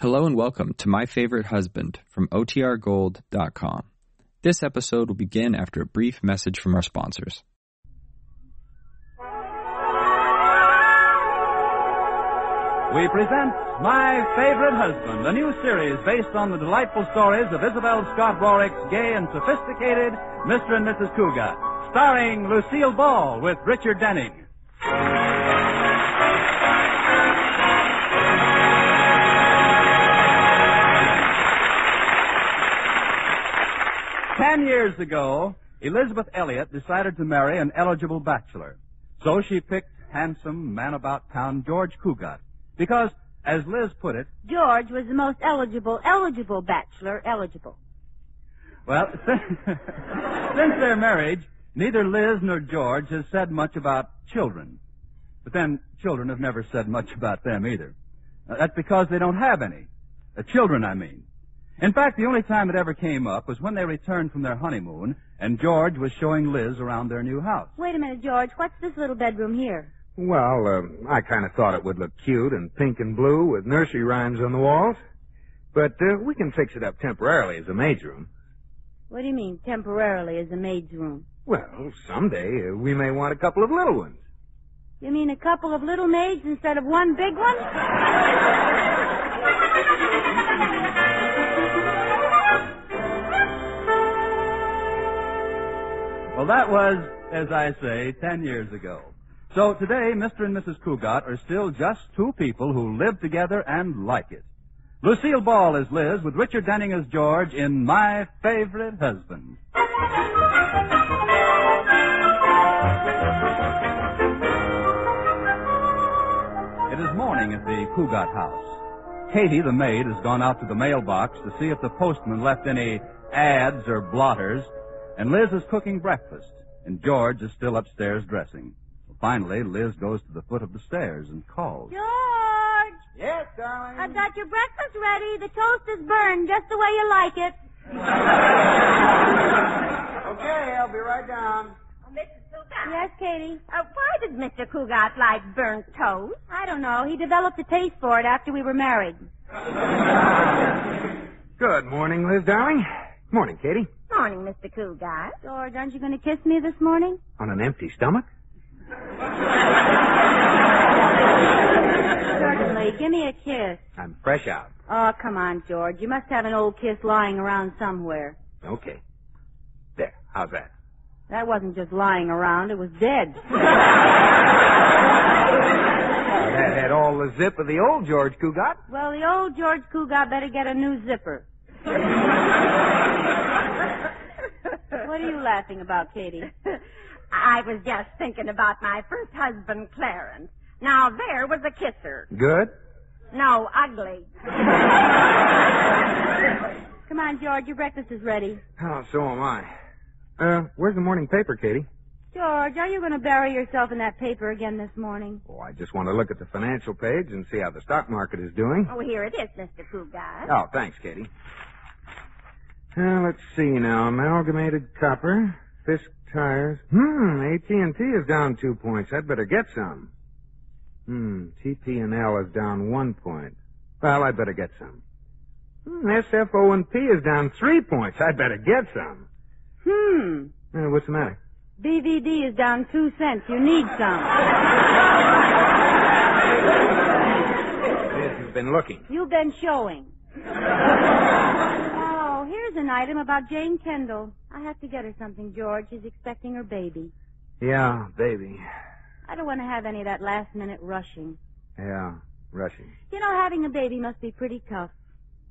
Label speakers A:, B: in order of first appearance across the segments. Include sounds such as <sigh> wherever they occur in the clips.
A: Hello and welcome to My Favorite Husband from OTRGold.com. This episode will begin after a brief message from our sponsors.
B: We present My Favorite Husband, a new series based on the delightful stories of Isabel Scott Rorick's gay and sophisticated Mr. and Mrs. Cougar, starring Lucille Ball with Richard Denning. Ten years ago, Elizabeth Elliot decided to marry an eligible bachelor. So she picked handsome man about town George Cougat because, as Liz put it,
C: George was the most eligible, eligible bachelor eligible.
B: Well, <laughs> since, since their marriage, neither Liz nor George has said much about children. But then, children have never said much about them either. Uh, That's because they don't have any. Uh, children, I mean. In fact, the only time it ever came up was when they returned from their honeymoon and George was showing Liz around their new house.
C: Wait a minute, George. What's this little bedroom here?
D: Well, uh, I kind of thought it would look cute and pink and blue with nursery rhymes on the walls. But uh, we can fix it up temporarily as a maid's room.
C: What do you mean, temporarily as a maid's room?
D: Well, someday uh, we may want a couple of little ones.
C: You mean a couple of little maids instead of one big one?
B: Well, that was, as I say, ten years ago. So today, Mr. and Mrs. Cougat are still just two people who live together and like it. Lucille Ball is Liz, with Richard Denning as George in My Favorite Husband. It is morning at the Cougat house. Katie, the maid, has gone out to the mailbox to see if the postman left any ads or blotters, and Liz is cooking breakfast, and George is still upstairs dressing. Finally, Liz goes to the foot of the stairs and calls.
C: George!
D: Yes, darling.
C: I've got your breakfast ready. The toast is burned just the way you like it.
D: Okay, I'll be right down.
E: Mrs. Cougat.
C: Yes, Katie?
E: Oh, Uh, why did Mr. Cougat like burnt toast?
C: I don't know. He developed a taste for it after we were married.
D: Good morning, Liz, darling. Morning, Katie.
E: Morning, Mr. Cougat.
C: George, aren't you going to kiss me this morning?
D: On an empty stomach?
C: Certainly. Give me a kiss.
D: I'm fresh out.
C: Oh, come on, George. You must have an old kiss lying around somewhere.
D: Okay. There. How's that?
C: That wasn't just lying around. It was dead.
D: That had all the zip of the old George Cougat.
C: Well, the old George Cougat better get a new zipper. what are you laughing about, Katie?
E: I was just thinking about my first husband, Clarence. Now, there was a kisser.
D: Good.
E: No, ugly.
C: Come on, George. Your breakfast is ready.
D: Oh, so am I. Uh, where's the morning paper, Katie?
C: George, are you going to bury yourself in that paper again this morning?
D: Oh, I just want to look at the financial page and see how the stock market is doing.
E: Oh, here it is, Mr. Cougat.
D: Oh, thanks, Katie. Uh, let's see now. Amalgamated Copper, Fisk Tires. Hmm, AT&T is down two points. I'd better get some. Hmm, TP&L is down one point. Well, I'd better get some. Hmm, SFO&P is down three points. I'd better get some.
C: Hmm.
D: Uh, what's the matter?
C: BVD is down two cents. You need some.
D: Liz has been looking.
C: You've been showing. oh, here's an item about Jane Kendall. I have to get her something, George. She's expecting her baby.
D: Yeah, baby.
C: I don't want to have any of that last minute rushing.
D: Yeah, rushing.
C: You know, having a baby must be pretty tough.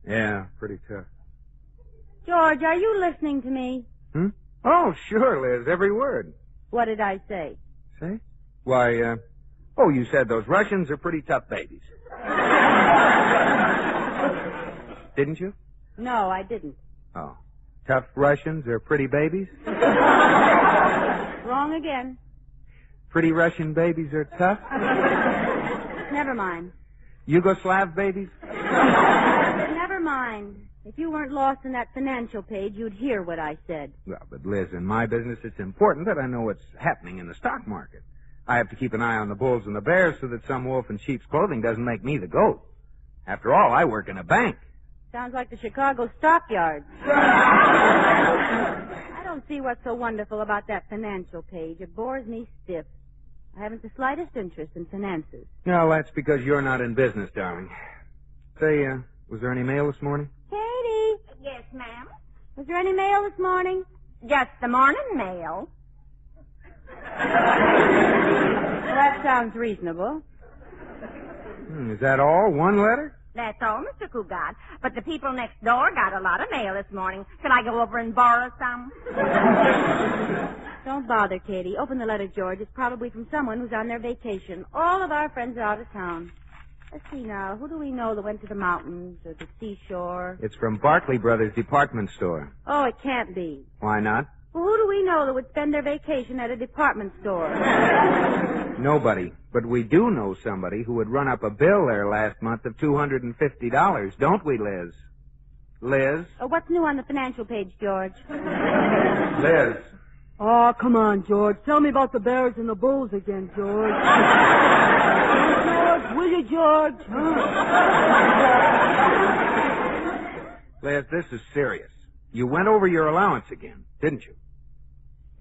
D: Yeah, pretty tough.
C: George, are you listening to me?
D: Hmm? Oh, sure, Liz. Every word.
C: What did I say?
D: Say? Why, uh, oh, you said those Russians are pretty tough babies. Didn't you?
C: No, I didn't.
D: Oh. Tough Russians are pretty babies?
C: Wrong again.
D: Pretty Russian babies are tough?
C: Never mind.
D: Yugoslav babies?
C: Never mind. If you weren't lost in that financial page, you'd hear what I said.
D: Well, but Liz, in my business, it's important that I know what's happening in the stock market. I have to keep an eye on the bulls and the bears so that some wolf in sheep's clothing doesn't make me the goat. After all, I work in a bank.
C: Sounds like the Chicago stockyards. I don't see what's so wonderful about that financial page. It bores me stiff. I haven't the slightest interest in finances.
D: No, that's because you're not in business, darling. Say, uh, was there any mail this morning?
C: Katie,
E: Yes, ma'am.
C: was there any mail this morning?
E: Just the morning mail.
C: Well, that sounds reasonable.
D: Hmm, is that all? One letter?
E: That's all, Mr. Cougat. But the people next door got a lot of mail this morning. Could I go over and borrow some?
C: Don't bother, Katie. Open the letter, George. It's probably from someone who's on their vacation. All of our friends are out of town. Let's see now. Who do we know that went to the mountains or the seashore?
D: It's from Barclay Brothers Department Store.
C: Oh, it can't be.
D: Why not?
C: Well, who do we know that would spend their vacation at a department store?
D: Nobody. But we do know somebody who would run up a bill there last month of $250, don't we, Liz? Liz?
C: Oh, what's new on the financial page, George?
D: Liz.
F: Oh, come on, George. Tell me about the Bears and the Bulls again, George. George, will you, George? Huh?
D: Liz, this is serious. You went over your allowance again, didn't you?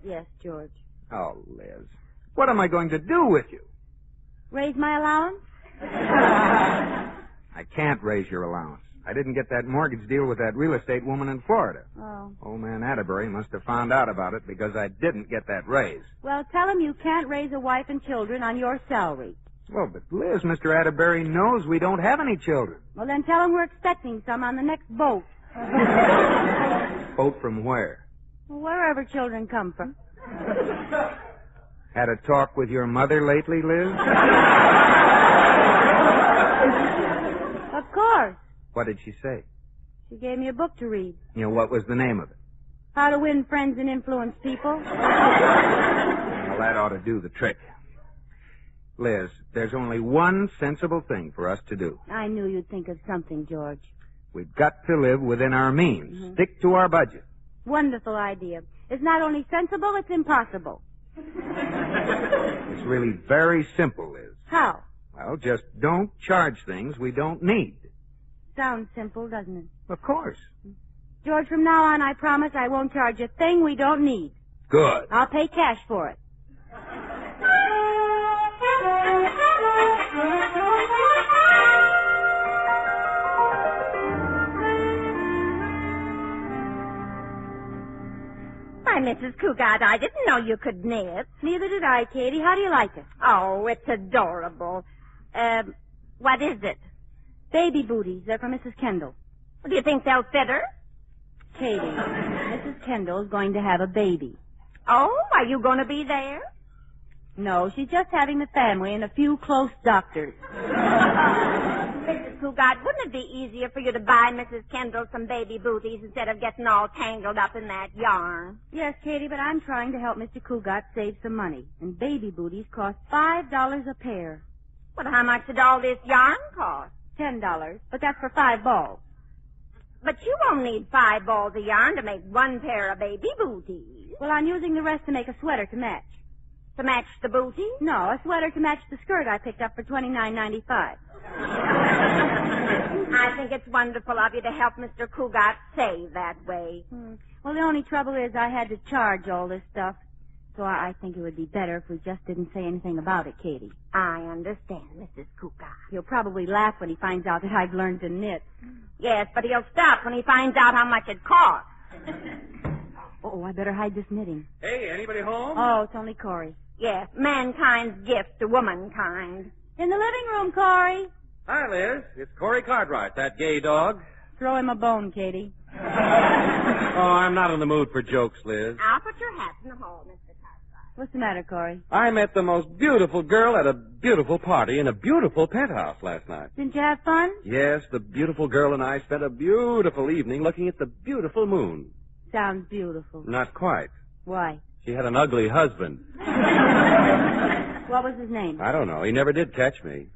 C: Yes, George.
D: Oh, Liz. What am I going to do with you?
C: Raise my allowance?
D: I can't raise your allowance. I didn't get that mortgage deal with that real estate woman in Florida.
C: Oh.
D: Old man Atterbury must have found out about it because I didn't get that raise.
C: Well, tell him you can't raise a wife and children on your salary.
D: Well, but Liz, Mr. Atterbury knows we don't have any children.
C: Well, then tell him we're expecting some on the next boat.
D: Quote from where?
C: Wherever children come from.
D: Had a talk with your mother lately, Liz?
C: Of course.
D: What did she say?
C: She gave me a book to read.
D: You know, what was the name of it?
C: How to Win Friends and Influence People.
D: Well, that ought to do the trick. Liz, there's only one sensible thing for us to do.
C: I knew you'd think of something, George.
D: We've got to live within our means. Stick to our budget.
C: Wonderful idea. It's not only sensible, it's impossible.
D: It's really very simple, Liz.
C: How?
D: Well, just don't charge things we don't need.
C: Sounds simple, doesn't it?
D: Of course.
C: George, from now on, I promise I won't charge a thing we don't need.
D: Good.
C: I'll pay cash for it.
E: Why, Mrs. Cougat, I didn't know you could knit.
C: Neither did I, Katie. How do you like it?
E: Oh, it's adorable. Um, what is it?
C: Baby booties. They're for Mrs. Kendall.
E: Do you think they'll fit her?
C: Katie, <laughs> Mrs. Kendall's going to have a baby.
E: Oh, are you going to be there?
C: No, she's just having the family and a few close <laughs> doctors.
E: Mrs. Cougat, wouldn't it be easier for you to buy Mrs. Kendall some baby booties instead of getting all tangled up in that yarn?
C: Yes, Katie, but I'm trying to help Mr. Cougat save some money. And baby booties cost five dollars a pair.
E: Well, how much did all this yarn cost?
C: Ten dollars, but that's for five balls.
E: But you won't need five balls of yarn to make one pair of baby booties.
C: Well, I'm using the rest to make a sweater to match.
E: To match the booties?
C: No, a sweater to match the skirt I picked up for twenty nine ninety five.
E: <laughs> I think it's wonderful of you to help Mr. Cougat save that way.
C: Hmm. Well, the only trouble is I had to charge all this stuff, so I, I think it would be better if we just didn't say anything about it, Katie.
E: I understand, Mrs. Cougat.
C: He'll probably laugh when he finds out that I've learned to knit.
E: Yes, but he'll stop when he finds out how much it costs.
C: <laughs> Oh, I better hide this knitting.
B: Hey, anybody home?
C: Oh, it's only Corey.
E: Yes, mankind's gift to womankind.
C: In the living room, Corey.
B: Hi, Liz. It's Corey Cartwright, that gay dog.
C: Throw him a bone, Katie.
B: Oh, I'm not in the mood for jokes, Liz.
E: I'll put your hat in the hall, Mr. Cartwright.
C: What's the matter, Corey?
B: I met the most beautiful girl at a beautiful party in a beautiful penthouse last night.
C: Didn't you have fun?
B: Yes, the beautiful girl and I spent a beautiful evening looking at the beautiful moon.
C: Sounds beautiful.
B: Not quite.
C: Why?
B: She had an ugly husband.
C: What was his name?
B: I don't know. He never did catch me.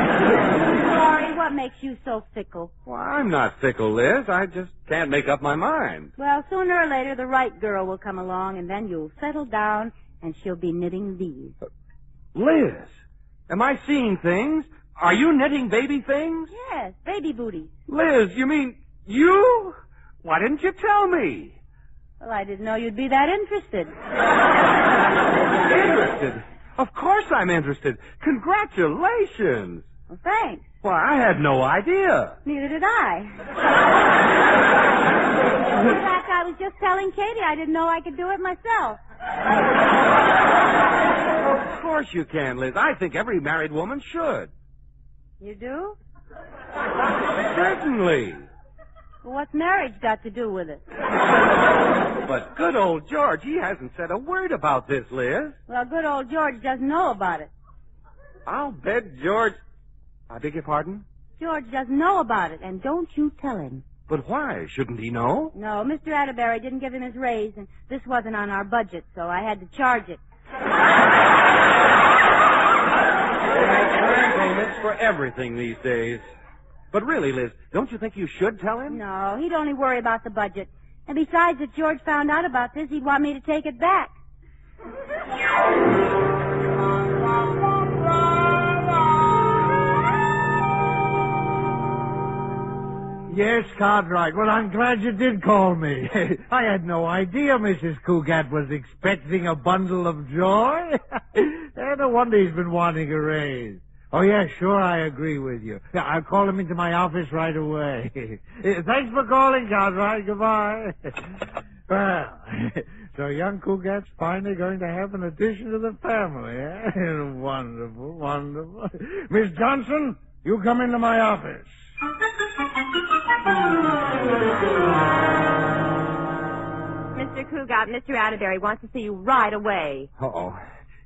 C: Corey, what makes you so fickle?
B: Well, I'm not fickle, Liz. I just can't make up my mind.
C: Well, sooner or later, the right girl will come along, and then you'll settle down, and she'll be knitting these.
B: Liz,
D: Am I seeing things? Are you knitting baby things?
C: Yes, baby booties.
D: Liz, you mean you? Why didn't you tell me?
C: Well, I didn't know you'd be that interested.
D: Interested? Of course I'm interested. Congratulations.
C: Well, thanks.
D: Why, I had no idea.
C: Neither did I. In fact, I was just telling Katie I didn't know I could do it myself.
D: Of course you can, Liz. I think every married woman should.
C: You do?
D: Certainly.
C: Well, what's marriage got to do with it?
D: But good old George, he hasn't said a word about this, Liz.
C: Well, good old George doesn't know about it.
D: I'll bet George. I beg your pardon?
C: George doesn't know about it, and don't you tell him.
D: But why? Shouldn't he know?
C: No, Mr. Atterbury didn't give him his raise, and this wasn't on our budget, so I had to charge it.
D: Payments for everything these days. But really, Liz, don't you think you should tell him?
C: No, he'd only worry about the budget. And besides, if George found out about this, he'd want me to take it back.
G: Yes, Cartwright. Well, I'm glad you did call me. <laughs> I had no idea Mrs. Cougat was expecting a bundle of joy. <laughs> Eh, no wonder he's been wanting a raise. Oh, yeah, sure, I agree with you. Yeah, I'll call him into my office right away. <laughs> Eh, Thanks for calling, Cartwright. Goodbye. <laughs> well, <laughs> so young Cougat's finally going to have an addition to the family, eh? <laughs> wonderful, wonderful. Miss Johnson, you come into my office.
E: Mr. Cougat, Mr. Atterbury wants to see you right away.
D: Uh-oh.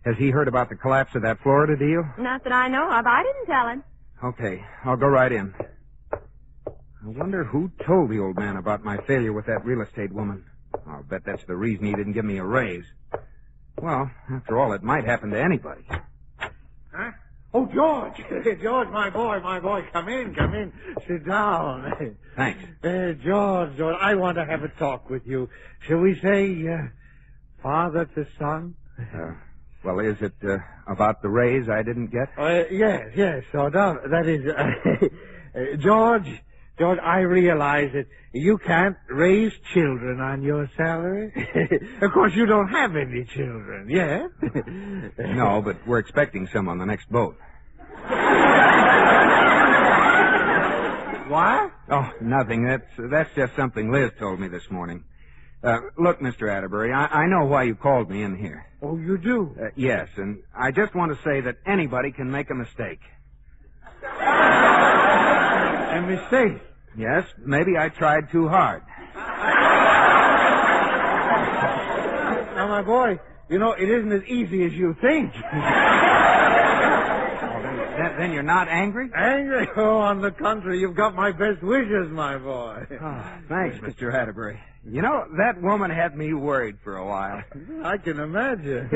D: Has he heard about the collapse of that Florida deal?
E: Not that I know of. I didn't tell him.
D: Okay, I'll go right in. I wonder who told the old man about my failure with that real estate woman. I'll bet that's the reason he didn't give me a raise. Well, after all, it might happen to anybody.
G: Huh? Oh, George. <laughs> George, my boy, my boy, come in, come in. Sit down. <laughs>
D: Thanks.
G: Uh, George, George, I want to have a talk with you. Shall we say, uh, father to son?
D: Uh, well, is it uh, about the raise I didn't get?
G: Uh, yes, yes, sort of. That is, <laughs> uh, uh, George, George, I realize that you can't raise children on your salary. <laughs> of course, you don't have any children yet.
D: No, but we're expecting some on the next boat.
G: What?
D: Oh, nothing. That's that's just something Liz told me this morning. Uh, look, Mr. Atterbury, I, I know why you called me in here.
G: Oh, you do?
D: Uh, yes, and I just want to say that anybody can make a mistake.
G: A mistake.
D: Yes, maybe I tried too hard.
G: Now, my boy, you know, it isn't as easy as you think.
D: Then, then you're not angry?
G: Angry? <laughs> Oh, on the contrary, you've got my best wishes, my boy.
D: Oh, thanks, Mr. Atterbury. You know, that woman had me worried for a while.
G: <laughs> I can imagine.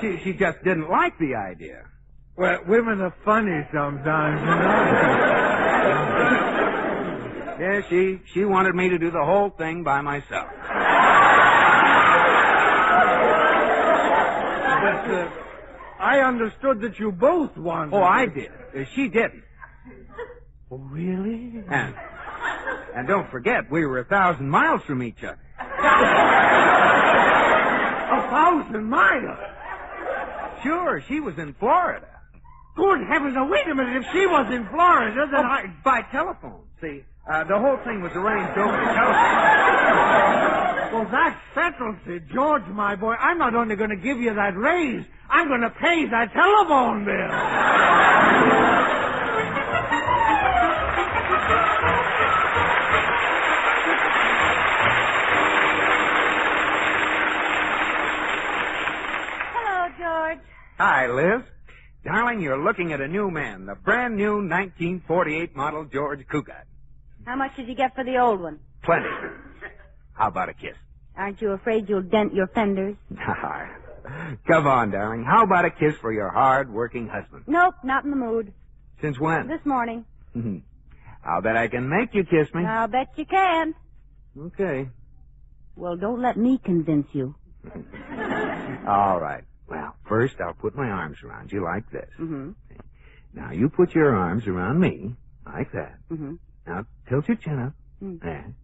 D: She, she just didn't like the idea.
G: Well, women are funny sometimes,
D: <laughs> Yeah, she, she wanted me to do the whole thing by myself.
G: you know. but uh, I understood that you both wanted.
D: Oh, I did. Uh, She didn't.
G: Oh, really?
D: And, and don't forget, we were a thousand miles from each other.
G: A thousand miles.
D: Sure, she was in Florida.
G: Good heavens! Now wait a minute. If she was in Florida, then I.
D: Oh, by telephone. See, uh, the whole thing was arranged over the telephone.
G: Well, that settles it, George, my boy. I'm not only going to give you that raise, I'm going to pay that telephone bill.
C: Hello, George.
D: Hi, Liz. Darling, you're looking at a new man, the brand new 1948 model George Cougat.
C: How much did you get for the old one?
G: <laughs>
D: Plenty. How about a kiss?
C: Aren't you afraid you'll dent your fenders?
D: Come on, darling. How about a kiss for your hard-working husband?
C: Nope, not in the mood.
D: Since when? Mm-hmm.
C: This morning.
D: I'll bet I can make you kiss me.
C: I'll bet you can.
G: <laughs>
D: Okay.
C: Well, don't let me convince you.
D: All right. Well, First, I'll put my arms around you like this.
C: Mm-hmm.
D: Now, you put your arms around me like that.
C: Mm-hmm.
D: Now, tilt your chin up.
C: Mm.
D: There.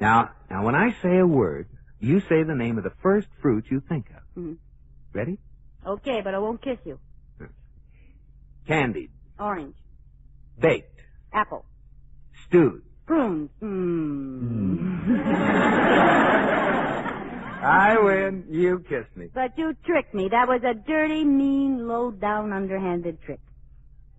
D: Now, now, when I say a word, you say the name of the first fruit you think of.
C: Mhm.
D: Ready?
C: Okay, but I won't kiss you.
D: Candied,
C: Orange,
D: baked,
C: apple,
D: stewed.
C: prunes. Mm.
D: I win. You kiss me.
C: But you tricked me. That was a dirty, mean, low-down, underhanded trick.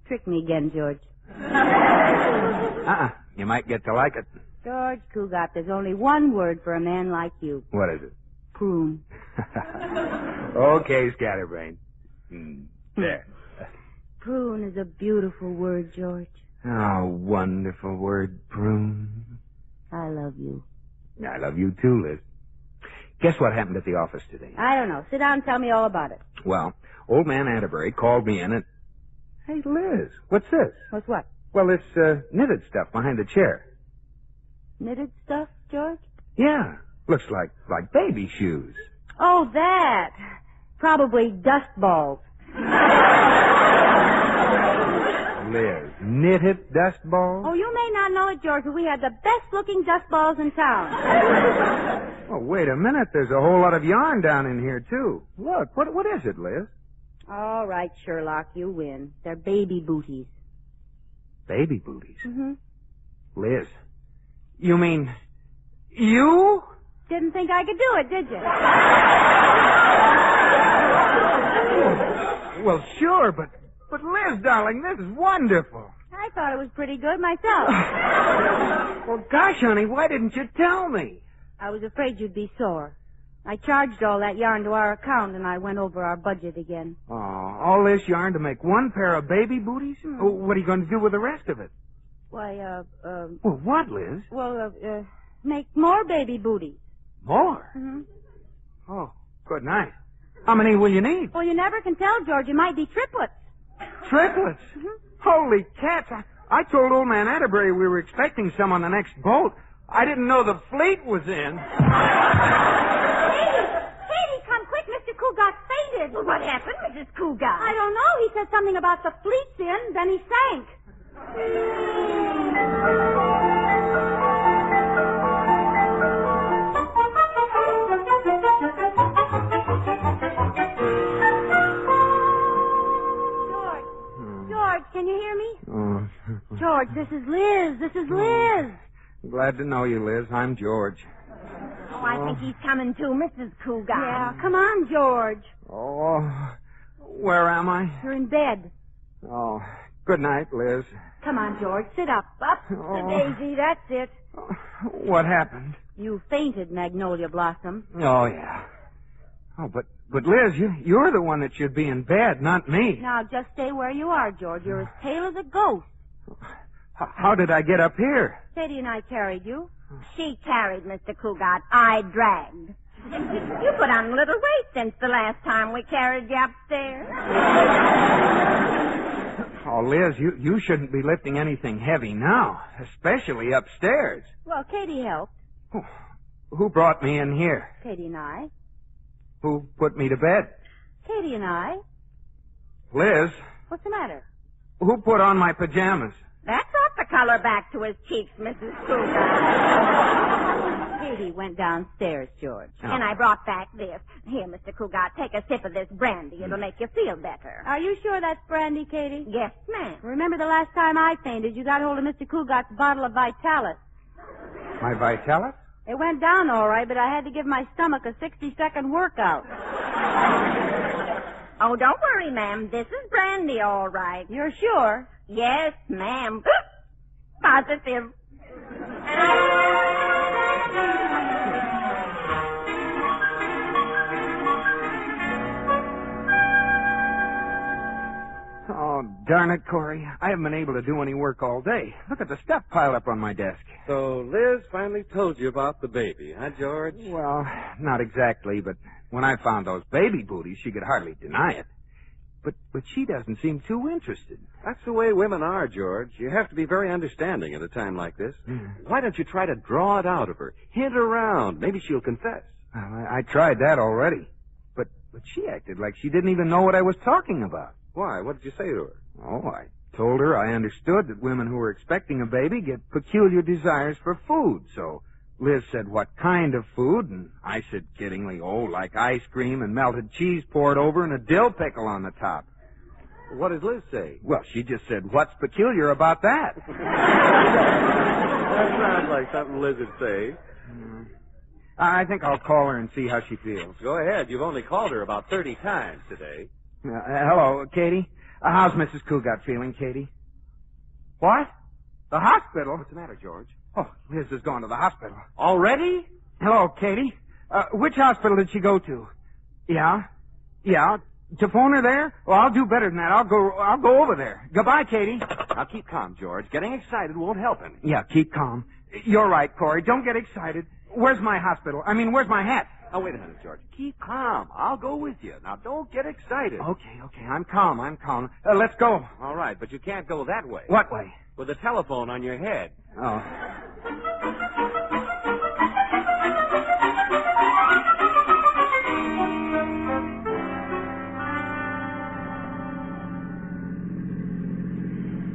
C: Trick me again, George.
D: Uh-uh. You might get to like it.
C: George Cougat, there's only one word for a man like you.
D: What is it?
C: Prune.
D: <laughs> okay, Scatterbrain. Hmm. <laughs> There.
C: Prune is a beautiful word, George.
D: Oh, wonderful word, prune.
C: I love you.
D: I love you too, Liz. Guess what happened at the office today?
C: I don't know. Sit down and tell me all about it.
D: Well, old man Atterbury called me in and... Hey, Liz, what's this?
C: What's what?
D: Well, this uh, knitted stuff behind the chair.
C: Knitted stuff, George?
D: Yeah, looks like like baby shoes.
C: Oh, that. Probably dust balls.
D: Liz, knitted dust balls.
C: Oh, you may not know it, George, but we had the best looking dust balls in town.
D: Oh, wait a minute. There's a whole lot of yarn down in here too. Look, what what is it, Liz?
C: All right, Sherlock, you win. They're baby booties.
D: Baby booties.
C: Mm-hmm.
D: Liz, you mean you?
C: Didn't think I could do it, did you?
D: Well, sure, but but Liz, darling, this is wonderful. <laughs>
C: I thought it was pretty good myself.
D: Well, gosh, honey, why didn't you tell me?
C: I was afraid you'd be sore. I charged all that yarn to our account and I went over our budget again.
D: Oh, all this yarn to make one pair of baby booties? Oh, what are you going to do with the rest of it?
C: Why, uh, uh,
D: Well, what, Liz?
C: well, uh, uh make more baby booties.
D: More.
C: Mm-hmm.
D: Oh, good night. How many will you need?
C: Well, you never can tell, George. You might be triplets.
D: Triplets. <laughs> Holy cats. I, I told old man Atterbury we were expecting some on the next boat. I didn't know the fleet was in.
E: Katie! Katie, come quick. Mr. Cougat fainted. Well, what happened, Mrs. Cougat?
C: I don't know. He said something about the fleet's in, then he sank. George, George, can you hear me?
D: Oh, <laughs>
C: George, this is Liz. This is Liz.
D: glad to know you, Liz. I'm George.
E: Oh, I think he's coming too, Mrs. Cougat.
C: Yeah, come on, George.
D: Oh, where am I?
C: You're in bed.
D: Oh, good night, Liz.
C: Come on, George, sit up. Up the
D: Oh.
C: daisy, that's it.
D: What happened?
C: You fainted, Magnolia Blossom.
D: Oh, yeah. Oh, but, but Liz, you, you're the one that should be in bed, not me.
C: Now just stay where you are, George. You're as pale as a ghost.
D: H- how did I get up here?
C: Sadie and I carried you.
E: She carried Mr. Cougat. I <laughs> dragged. you put on a little weight since the last time we carried you upstairs.
D: Oh, Liz, you, you shouldn't be lifting anything heavy now, especially upstairs.
C: Well, Katie helped.
D: Oh, Who brought me in here?
C: Katie and I.
D: Who put me to bed?
C: Katie and I.
D: Liz,
C: What's the matter?
D: who put on my pajamas?
E: That brought the color back to his cheeks, Mrs. Cougat.
C: Katie went downstairs, George.
E: And I brought back this. Here, Mr. Cougat, take a sip of this brandy. It'll make you feel better.
C: Hmm. Are you sure that's brandy, Katie?
E: Yes, ma'am.
C: Remember the last time I fainted, you got hold of Mr. Cougat's bottle of Vitalis.
D: My Vitalis?
C: It went down all right, but I had to give my stomach a 60 second workout.
E: Oh, don't worry, ma'am. This is brandy, all right.
C: You're sure?
E: Yes, ma'am. Positive.
D: Oh, darn it, Corey. I haven't been able to do any work all day. Look at the stuff piled up on my desk.
H: So Liz finally told you about the baby, huh, George?
D: Well, not exactly, but when I found those baby booties, she could hardly deny it. But, but she doesn't seem too interested.
H: That's the way women are, George. You have to be very understanding at a time like this.
D: Hmm.
H: Why don't you try to draw it out of her? Hint around. Maybe she'll confess.
D: Well, I, I tried that already. But But she acted like she didn't even know what I was talking about.
H: Why? What did you say to her?
D: Oh, I told her I understood that women who were expecting a baby get peculiar desires for food. So Liz said what kind of food, and I said kiddingly, oh, like ice cream and melted cheese poured over and a dill pickle on the top.
H: What does Liz say?
D: Well, she just said, what's peculiar
H: <laughs>
D: about that?
H: That sounds like something Liz would say.
D: I think I'll call her and see how she feels.
H: Go ahead. You've only called her about 30 times today.
D: Uh, hello, Katie. Uh, how's Mrs. Cougat feeling, Katie? What? The hospital?
H: What's the matter, George?
D: Oh, Liz has gone to the hospital.
H: Already?
D: Hello, Katie. Uh, which hospital did she go to? Yeah? Yeah? To phone her there? Well, I'll do better than that. I'll go, I'll go over there. Goodbye, Katie.
H: Now keep calm, George. Getting excited won't help any.
D: Yeah, keep calm. You're right, Corey. Don't get excited. Where's my hospital? I mean, where's my hat?
H: Now wait a minute, George. Keep calm. I'll go with you. Now don't get excited.
D: Okay, okay. I'm calm. I'm calm. Uh, let's go.
H: All right, but you can't go that way.
D: What way?
H: With a telephone on your head.
D: Oh.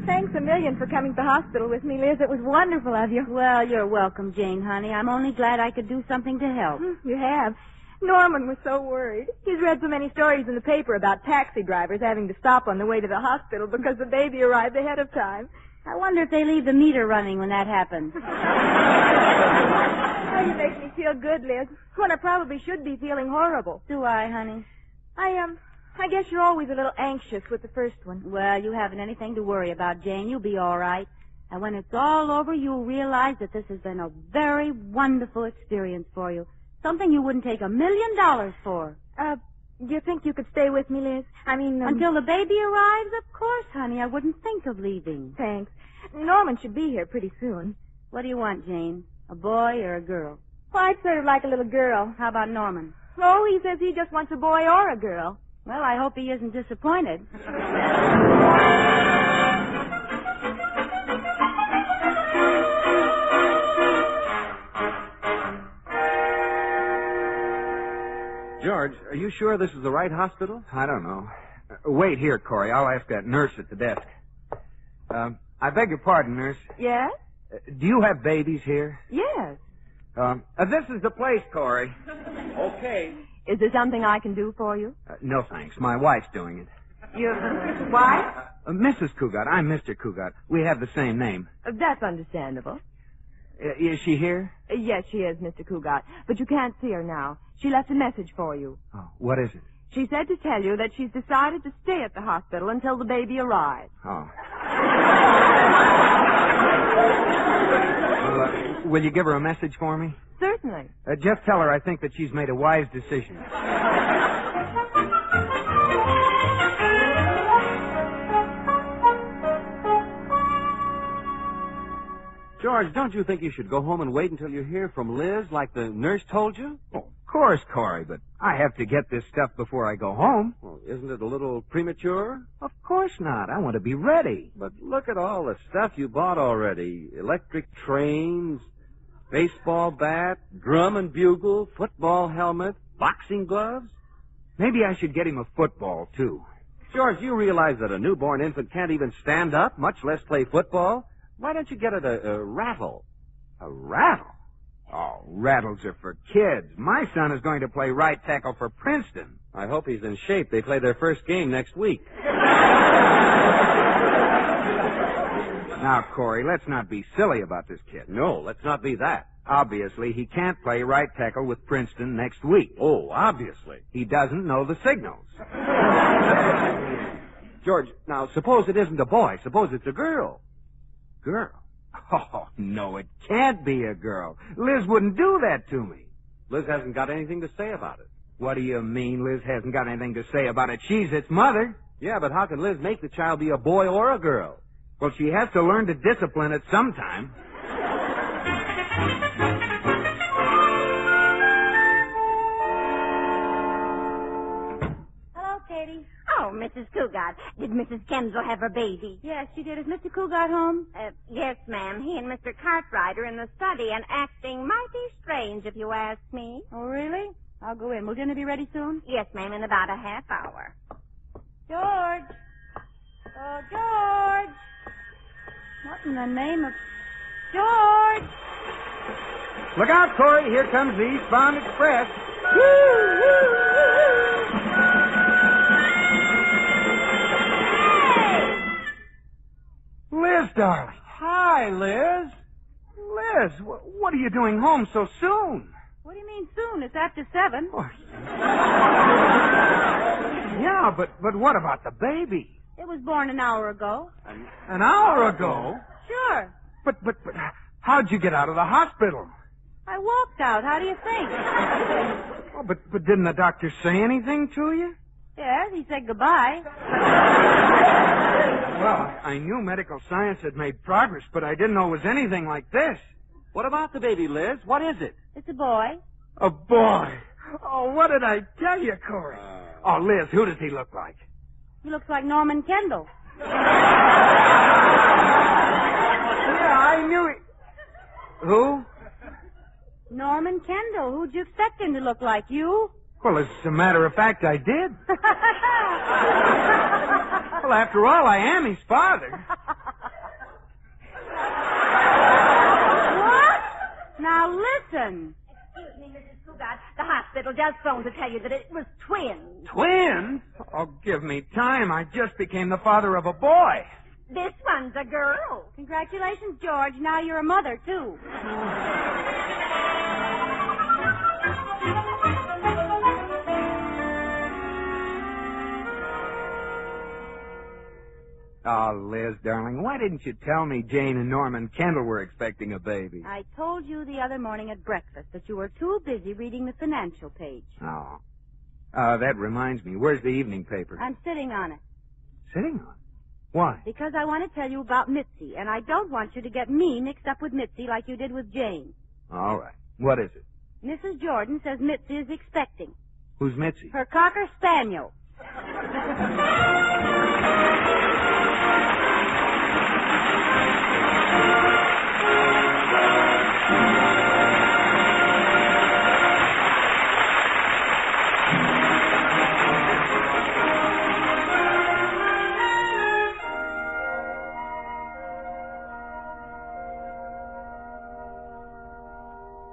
I: Thanks a million for coming to the hospital with me, Liz. It was wonderful of you.
C: Well, you're welcome, Jane, honey. I'm only glad I could do something to help.
I: <laughs> You have. Norman was so worried. He's read so many stories in the paper about taxi drivers having to stop on the way to the hospital because the baby arrived ahead of time.
C: I wonder if they leave the meter running when that happens.
I: Oh, you make me feel good, Liz, when I probably should be feeling horrible.
C: Do I, honey?
I: I, um, I guess you're always a little anxious with the first one.
C: Well, you haven't anything to worry about, Jane. You'll be all right. And when it's all over, you'll realize that this has been a very wonderful experience for you. Something you wouldn't take a million dollars for.
I: Uh, do you think you could stay with me, Liz? I mean, um,
C: Until the baby arrives, of course, honey. I wouldn't think of leaving.
I: Thanks. Norman should be here pretty soon.
C: What do you want, Jane? A boy or a girl?
I: Well, I'd sort of like a little girl.
C: How about Norman?
I: Oh, he says he just wants a boy or a girl.
C: Well, I hope he isn't disappointed.
H: George, are you sure this is the right hospital?
D: I don't know. Uh, Wait here, Corey. I'll ask that nurse at the desk. Um, I beg your pardon, nurse.
I: Yes?
D: Uh, Do you have babies here?
I: Yes.
D: Um, uh, this is the place, Corey.
H: Okay.
I: Is there something I can do for you?
D: Uh, no, thanks. My wife's doing it.
I: Your <laughs> wife?
D: Uh, Mrs. Cougat. I'm Mr. Cougat. We have the same name.
I: That's understandable.
D: Uh, is she here?
I: Uh, Yes, she is, Mr. Cougat. But you can't see her now. She left a message for you.
D: Oh, what is it?
I: She said to tell you that she's decided to stay at the hospital until the baby arrives.
H: <laughs>
D: Oh. Well, uh, will you give her a message for me?
I: Certainly.
D: Uh, just tell her I think that she's made a wise decision.
H: George, don't you think you should go home and wait until you hear from Liz like the nurse told you?
D: Oh, of course, Corey, but I have to get this stuff before I go home.
H: Well, isn't it a little premature?
D: Of course not. I want to be ready.
H: But look at all the stuff you bought already. Electric trains, baseball bat, drum and bugle, football helmet, boxing gloves.
D: Maybe I should get him a football, too.
H: George, you realize that a newborn infant can't even stand up, much less play football? Why don't you get it a, a rattle?
D: A rattle? Oh, rattles are for kids. My son is going to play right tackle for Princeton.
H: I hope he's in shape. They play their first game next week.
D: Now, Corey, let's not be silly about this kid.
H: No, let's not be that.
D: Obviously, he can't play right tackle with Princeton next week.
H: Oh, obviously.
D: He doesn't know the signals.
H: <laughs> George, now suppose it isn't a boy. Suppose it's a girl.
D: Girl? <laughs> Oh, no, it can't be a girl. Liz wouldn't do that to me.
H: Liz hasn't got anything to say about it.
D: What do you mean Liz hasn't got anything to say about it? She's its mother.
H: Yeah, but how can Liz make the child be a boy or a girl?
D: Well, she has to learn to discipline it sometime.
C: Hello, Katie.
E: Oh, Mrs. Cougat, did Mrs. Kendall have her baby?
C: Yes, she did. Is Mr. Cougat home?
E: Uh, yes, ma'am. He and Mr. Cartwright are in the study and acting mighty strange, if you ask me.
C: Oh, really? I'll go in. Will dinner be ready soon?
E: Yes, ma'am, in about a half hour.
C: George! Oh, George! What in the name of... George!
D: Look out, Corey. Here comes the Eastbound Express. Liz, darling.
G: Hi, Liz.
D: Liz, wh- what are you doing home so soon?
C: What do you mean soon? It's after seven.
D: Yeah, but but what about the baby?
C: It was born an hour ago.
D: An hour ago.
C: Sure.
D: But but but how'd you get out of the hospital?
C: I walked out. How do you think?
D: Oh, but but didn't the doctor say anything to you?
C: yes, he said goodbye.
D: Well, I knew medical science had made progress, but I didn't know it was anything like this.
H: What about the baby, Liz? What is it?
C: It's a boy.
D: A boy. Oh, what did I tell you, Corey?
H: Uh.
D: Oh, Liz, who does he look like?
C: He looks like Norman Kendall.
D: Yeah, I knew it. Who?
C: Norman Kendall. Who'd you expect him to look like? You?
D: Well, as a matter of fact,
H: <laughs>
D: I did. Well, after all, I am his father.
C: what? Now listen.
E: Excuse me, Mrs. Cougat. The hospital just phoned to tell you that it was twins.
D: Twins? Oh, give me time. I just became the father of a boy.
E: This one's a girl.
C: Congratulations, George. Now you're a mother, too.
D: Oh, Liz, darling, why didn't you tell me Jane and Norman Kendall were expecting a baby?
C: I told you the other morning at breakfast that you were too busy reading the financial page.
D: Oh. Uh, that reminds me. Where's the evening paper?
C: I'm sitting on it
D: Sitting on. Why?
C: because I want to tell you about Mitzi, and I don't want you to get me mixed up with Mitzi like you did with Jane.
D: All right. What is it?
C: Mrs. Jordan says Mitzi is expecting
D: Who's Mitzi?
C: her cocker spaniel.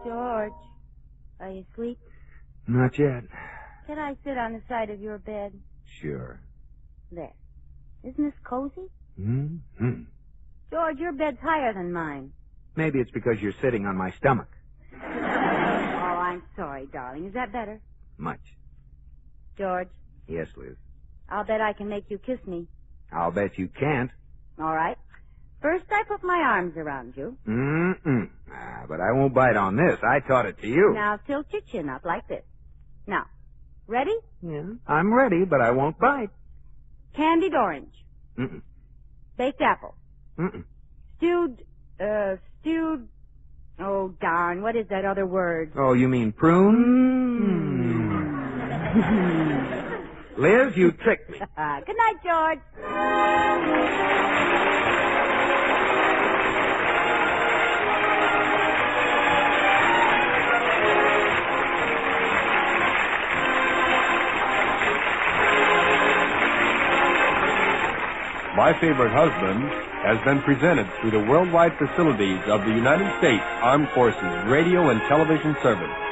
C: George, are you asleep?
D: Not yet.
C: Can I sit on the side of your bed?
D: Sure.
C: There. Isn't this cozy?
D: hmm
C: George, your bed's higher than mine.
D: Maybe it's because you're sitting on my stomach.
C: Oh, I'm sorry, darling. Is that better?
D: Much.
C: George,
D: Yes, Liz.
C: I'll bet I can make you kiss me.
D: I'll bet you can't.
C: All right. First, I put my arms around you.
D: Mm-mm. Ah, but I won't bite on this. I taught it to you.
C: Now, tilt your chin up like this. Now, ready?
D: Yeah. I'm ready, but I won't bite.
C: Candied orange,
D: Mm-mm.
C: baked apple,
D: Mm-mm.
C: stewed, uh, stewed, oh darn, what is that other word?
D: Oh, you mean prune? Liz, you tricked me.
C: Uh, Good night, George.
J: My Favorite Husband has been presented through the worldwide facilities of the United States Armed Forces Radio and Television Service.